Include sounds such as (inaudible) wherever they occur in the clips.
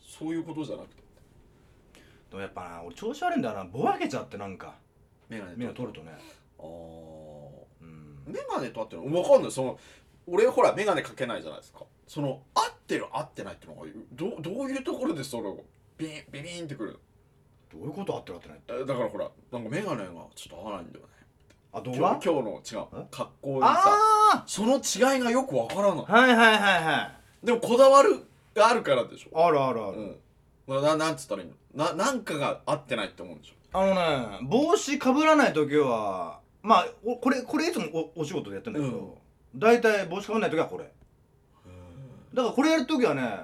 そういうことじゃなくてでもやっぱな俺調子悪いんだよなぼやけちゃってなんかメガネ目をと取るとねああうんメガネと合ってるの分かんないその俺ほらメガネかけないじゃないですかその合ってる合ってないってのがどどういうところでそのビンビビンってくるのどういうことあってるあってないえだからほらなんかメガネがちょっと合わないんだよねあ動今画日今日の違うえ格好にさあその違いがよくわからないあはいはいはいはいでもこだわるがあるからでしょあるあるある、うんなななんつったらいいのななんかが合ってないって思うんでしょあのね帽子かぶらない時はまあおこれこれいつもおお仕事でやってんだけど、大体帽子かぶらない時はこれだからこれやる時はね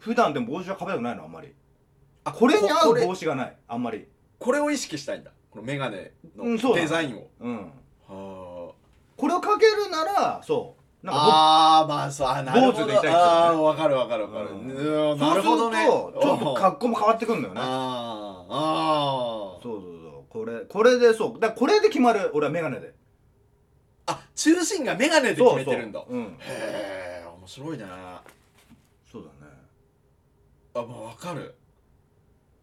普段でも帽子はかぶりたくないのあんまりあこれに合こうれ帽子がないあんまりこれを意識したいんだこのメガネうんのそうだデザインを、うんはこれをかけるならそうあなんかあーまあそうあなるほ坊主どでいたい人ねああ分かる分かる分かる、ううんん、僕なるほどねそうするとちょっと格好も変わってくんだようんねあああーそうそうそうこれこれでそうだからこれで決まる俺は眼鏡であ中心がメガネで決そうめてるんだそう,、うん、へえ面白いねあそうだねまあ分かる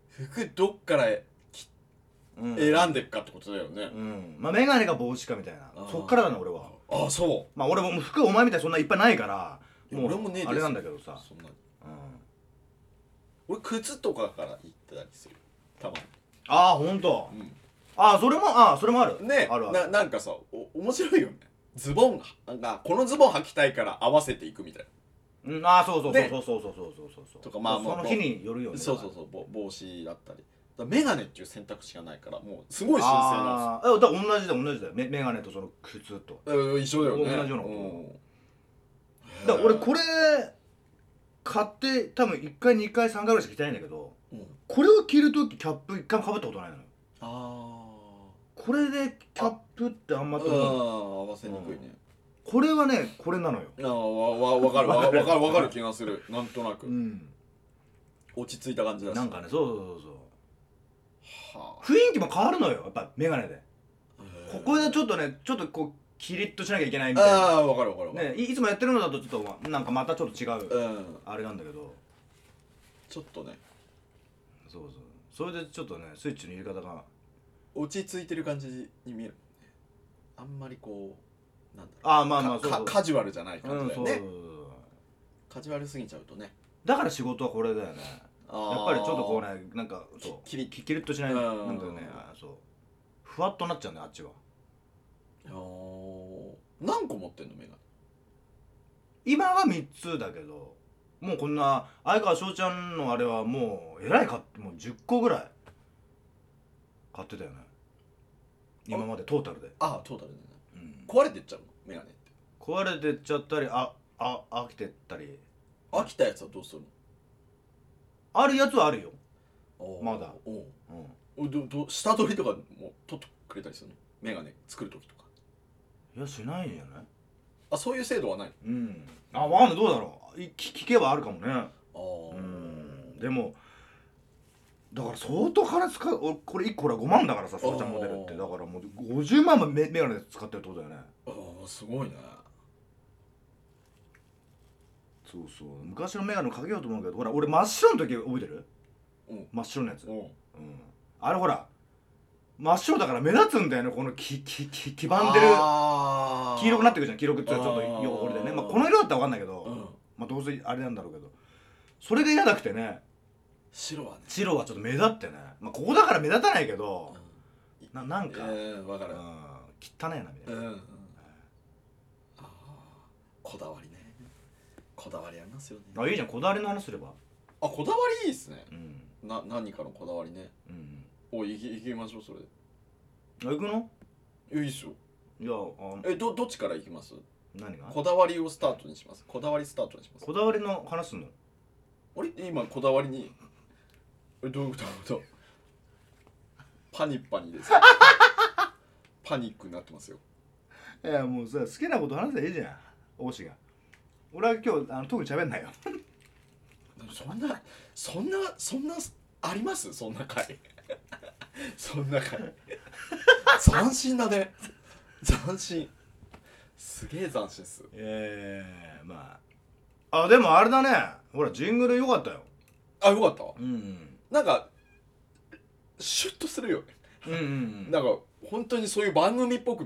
服どっからうん選んでいくかってことだよね、うんまあ眼鏡か帽子かみたいなあーそっからだな俺はあそまあ俺も服お前みたいにそんないっぱいないからいや俺もねえですあれなんだけどさう、そんなうん、俺靴とかから行ったりするたまああほんとに、ああそれもああそれもあるうん、ねあるあるななんかさお面白いよねズボンがなんかこのズボン履きたいから合わせていくみたいうん、ああそうそうそうねそうそうそうそうそうそうとかまあそもうの日によるよなねそうそううそうぼ帽子だったりだメガネっていう選択肢がないからもうすごい新鮮なんああーえだから同じだよ同じだよめ眼鏡とその靴とですようん一緒だよね同じようなこんとだから俺これ買って多分1回2回3回ぐらいしか着てないんだけどうんこれを着るときキャップ1回もかぶったことないのよあこれでキャップってあんーまあと思う合わせにくいね、これはねこれなのよああわわわかるわわかるわかる気がするなんとなく、うん落ち着いた感じだしなんかねそうそうそうそうはあ雰囲気も変わるのよやっぱ眼鏡でここでちょっとねちょっとこうキリッとしなきゃいけないみたいなああわかるわかるわかる、ねいいつもやってるのだとちょっとまあなんかまたちょっと違ううんあれなんだけどちょっとねそうそうそれでちょっとねスイッチの入れ方が落ち着いてる感じに見えるあんまりこうなんだろああまうあまあかそうかカジュアルじゃないそうう感んじだそようそうね、そうカジュアルすぎちゃうとねだから仕事はこれだよねややっぱりちょっとこうねなんかそうキリキキリッとしないうんなんだよねあそうふわっとなっちゃうんだよあっちは何個持ってんのメガネ今は3つだけどもうこんな相川翔ちゃんのあれはもうえらい買ってもう10個ぐらい買ってたよね今までトータルで、あトータルでねうん、壊れてっちゃうのメガネって壊れてっちゃったりああ飽きてったり飽きたやつはどうするあるやつはあるよ、のまだおううん、おどど下取りとかも取ってくれたりするのメガネ作る時とかいやしないんじゃないあそういう制度はないうんあわかんないどうだろうい聞聞けばあるかもねあーうんでもだから相当金使う俺これ1個ら5万だからさそうちゃんモデルっあてーだからもう50万もメメガネ使ってるってことだよねあーすごいねそうそう昔のメガネもかけようと思うけどほら俺真っ白の時覚えてる、うん真っ白のやつ、うん、んあれほら真っ白だから目立つんだよねこのききき黄ばんでるあー黄色くなってくるじゃん黄色くっていうかちょっあーと汚れでねまあこの色だったら分かんないけど、うんまあどうせあれなんだろうけどそれが嫌なくてね白はね白はちょっと目立ってねまあここだから目立たないけど、ななんか、うんわかうるん、汚いなみたういな、んああこだわりねこだわりありますよねあいいじゃんこだわりの話すればあこだわりいいですねうんな何かのこだわりねうんおいきいきましょうそれであ行くのえいいっすよいやあえどどっちからいきます何がこだわりをスタートにしますこだわりスタートにしますこだわりの話すんのあれ今こだわりにえどういうことどういうことパニッパニ (laughs) ですパニックになってますよいやもうさ好きなこと話せばいいじゃん王子が俺は今日あの特に喋んないよそんなそんなそんなありますそんな回 (laughs) そんな回斬新だね斬新すげえ斬新っすええまああでもあれだねほらジングル良かったよあよかったうんなんかシュッとするよねうんうんなんか本当にそういう番組っぽく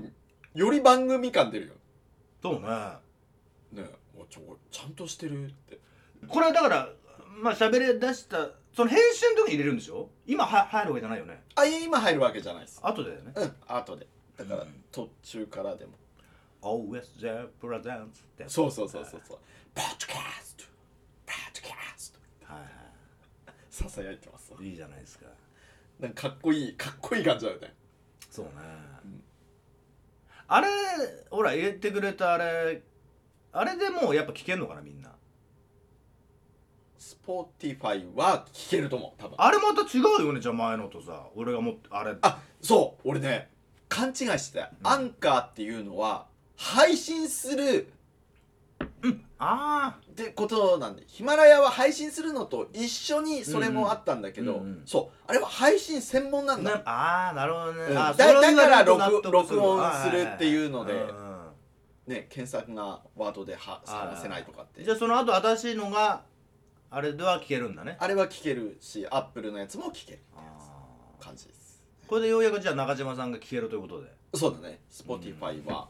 より番組感出るよそうねねねおちょちゃんとしてるってこれはだからまあ喋れ出したその編集の時に入れるんでしょ今は入るわけじゃないよねあいや今入るわけじゃないです後だよねうん後でだから、うん途中からでも Always there present ってやつそうそうそうそうそうポッドキャストポッドキャストはいはささやいてますいいいじゃないですかなんかかっこいいかっこいい感じだよねそうね、んあれほら入れてくれたあれあれでもうやっぱ聞けんのかなみんなスポーティファイは聞けると思う多分ああれまた違うよねじゃあ前のとさ俺がもっとあれそう俺ね勘違いしてた、うんアンカーっていうのは配信するあってことなんでヒマラヤは配信するのと一緒にそれもあったんだけど、うんうんそうあれは配信専門なーんだなあーなるほどね、うんだあーそれを言われると納得だから録するわ録音するっていうのではいはいはいうんね検索なワードでは探せないとかってじゃあその後新しいのがあれでは聞けるんだねあれは聞けるしアップルのやつも聞けるあー感じですこれでようやくじゃあ中島さんが聞けるということでそうだね Spotify は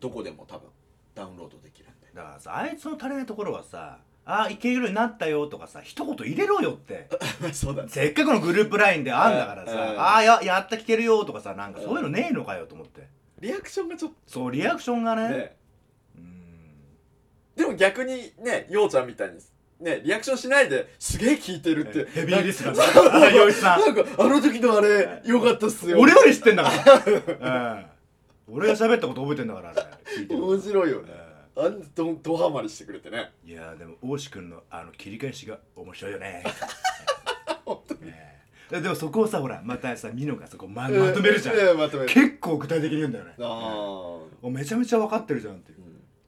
どこでも多分ダウンロードできるんでだからさあいつの足りないところはさあーいけるようになったよとかさ一言入れろよって (laughs) そうだねせっかくのグループラインであんだからさ、うんうんああややった聞けるよとかさなんかそういうのねえのかよと思ってリアクションがちょっそうリアクションがとねねうんでも逆にねようちゃんみたいにねリアクションしないですげえ聞いてるってヘビーリス (laughs) ナーさん (laughs) あ洋一さんなんかあの時のあれよかったっすよ俺より知ってんだから、うん、俺が喋ったこと覚えてんだからあれ聞いてる面白いよねうんあんどどハマりしてくれてねいやーでも大志くんのあの切り返しが面白いよね (laughs) 本当にねえでもそこをさほらまたさニノがそこままとめるじゃん、えーえーまとめる結構具体的に言うんだよねああおめちゃめちゃ分かってるじゃんっていう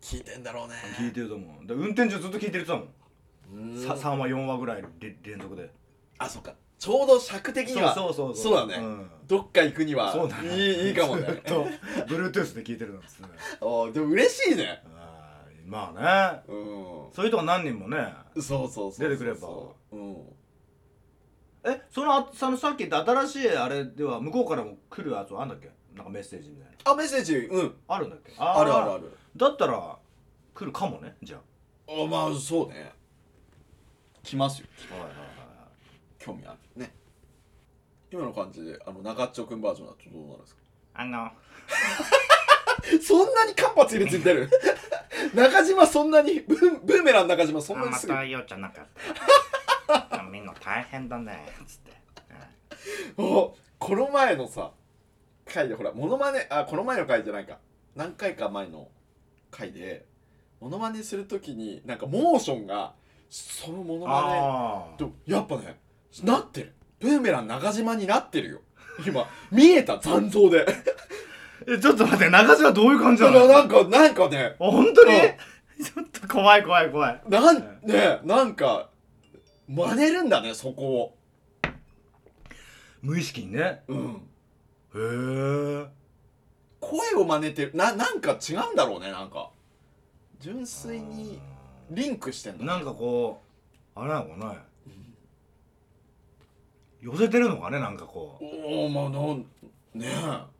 聞いてんだろうね聞いてると思うで運転中ずっと聞いてる人だもん、うんさ3話4話ぐらいれ連続であそっかちょうど尺的にはそうそうそうそうだねんどっか行くにはそうだねいいいいかもね (laughs) ずっと Bluetooth で聞いてるのっつってねあーでも嬉しいねあーまあねうんそういうとこ何人もねそうそうそうそう出てくればうんえそのあそのさっき言った新しいあれでは向こうからも来るやつあんだっけなんかメッセージみたいなあメッセージうんあるんだっけあるあるーあるだったら来るかもねじゃあまあそうね来ますよあはいはいはい興味あるね今の感じであの長っちょくんバージョンだとどうなるんですかあのそんなに間髪入れついてる (laughs) 中島そんなにブーブーメラン中島そんなにすぐようちゃんなんか (laughs) みんな大変だねつっておこの前のさ回でほらモノマネあこの前の回じゃないか何回か前の回でモノマネするときになんかモーションがそのモノマあネとやっぱねなってるブーメラン中島になってるよ今見えた残像でえちょっと待って中島どういう感じだなからのなんかなんかね本当にちょっと怖い怖い怖いなんねなんか真似るんだねそこを無意識にねうんへえ声を真似てるななんか違うんだろうねなんか純粋にリンクしてんだねなんかこうあれなのかね寄せてるのかねなんかこうおおまあなんねえ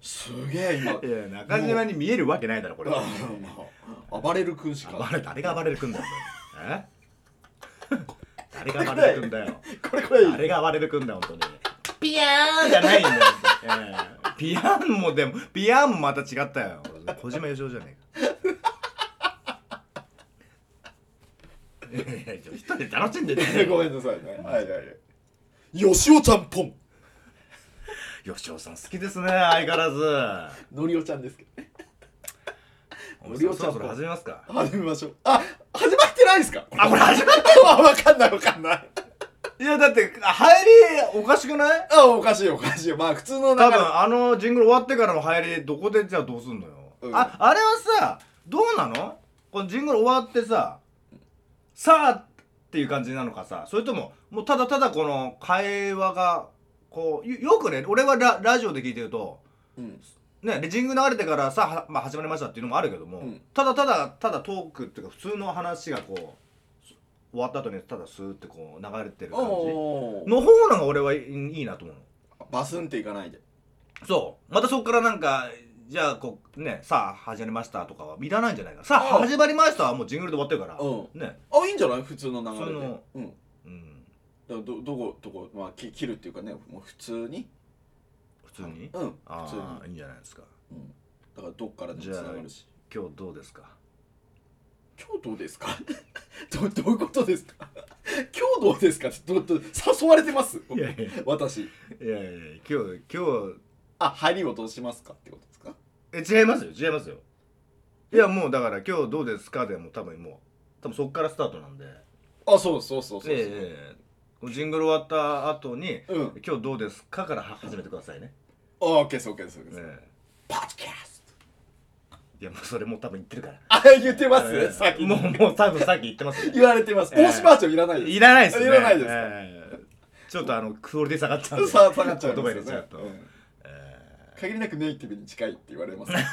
すげ (laughs) え今いや中島に見えるわけないだろこれあ暴れる君しバかレ誰が暴れる君だよ (laughs) お前え誰が暴れる君 (laughs) だよこれこれいい誰が暴れる君だよ本当にピヤーンじゃないんだよ本当にええピヤーンもでもピヤーンもまた違ったよ小島よしおじゃねえかい (laughs) やいや一人で楽しんで (laughs) てごめんなさいねはいはいはいよしおちゃんぽんよしおさん好きですね相変わらずのりおちゃんですけどね森尾さんそろそろ始めますか始めましょうあ始まってないですかあこれ始まっあ (laughs) わかんないわかんないいやだって入りおかしくないあおかしいおかしいまあ普通の多中分あのジングル終わってからの流行りどこでじゃあどうすんのよ、うんああれはさどうなのこのジングル終わってささあっていう感じなのかさそれとももうただただこの会話がこうよよくね俺はララジオで聞いてるとうんねでジングル流れてからさは、まあ、始まりましたっていうのもあるけども、うんただただただトークっていうか普通の話がこう終わった後にただスーってこう流れてる感じおーの方なんか俺はいいいなと思うのバスンっていかないでそうまたそこからなんかじゃあこうねさあ始まりましたとかはいらないんじゃないかなさああー始まりましたはもうジングルで終わってるからうんねあいいんじゃない普通の流れ普通でのうんうんだからどどこどこまあき切るっていうかねもう普通に普通にうん普通にああいいんじゃないですかうんだからどっからでもつながるし今日どうですか今日どうですか (laughs) どどういうことですか (laughs) 今日どうですかってどど誘われてますいやいやい私やいや今日今日あ入りをどうしますかってことですかえ違いますよ違いますよいやもうだから今日どうですかでも多分もう多分そっからスタートなんであそうそうそうそうそう、ええジングル終わった後にうん「今日どうですか?」からは始めてくださいね、あオッケーですオッケーですオッケーです、えポッドキャストえいやもうそれもう多分言ってるからあ言ってます、ええさっきももうもう多分さっき言ってますよ言われてます、ええ大島バージョンいらないですいらないですよねいらないですかええちょっとあのクオリティ下がったん (laughs) でさあ下がっちゃい言ま葉すよ入れちねゃうと、うんええ限りなくネイティブに近いって言われますね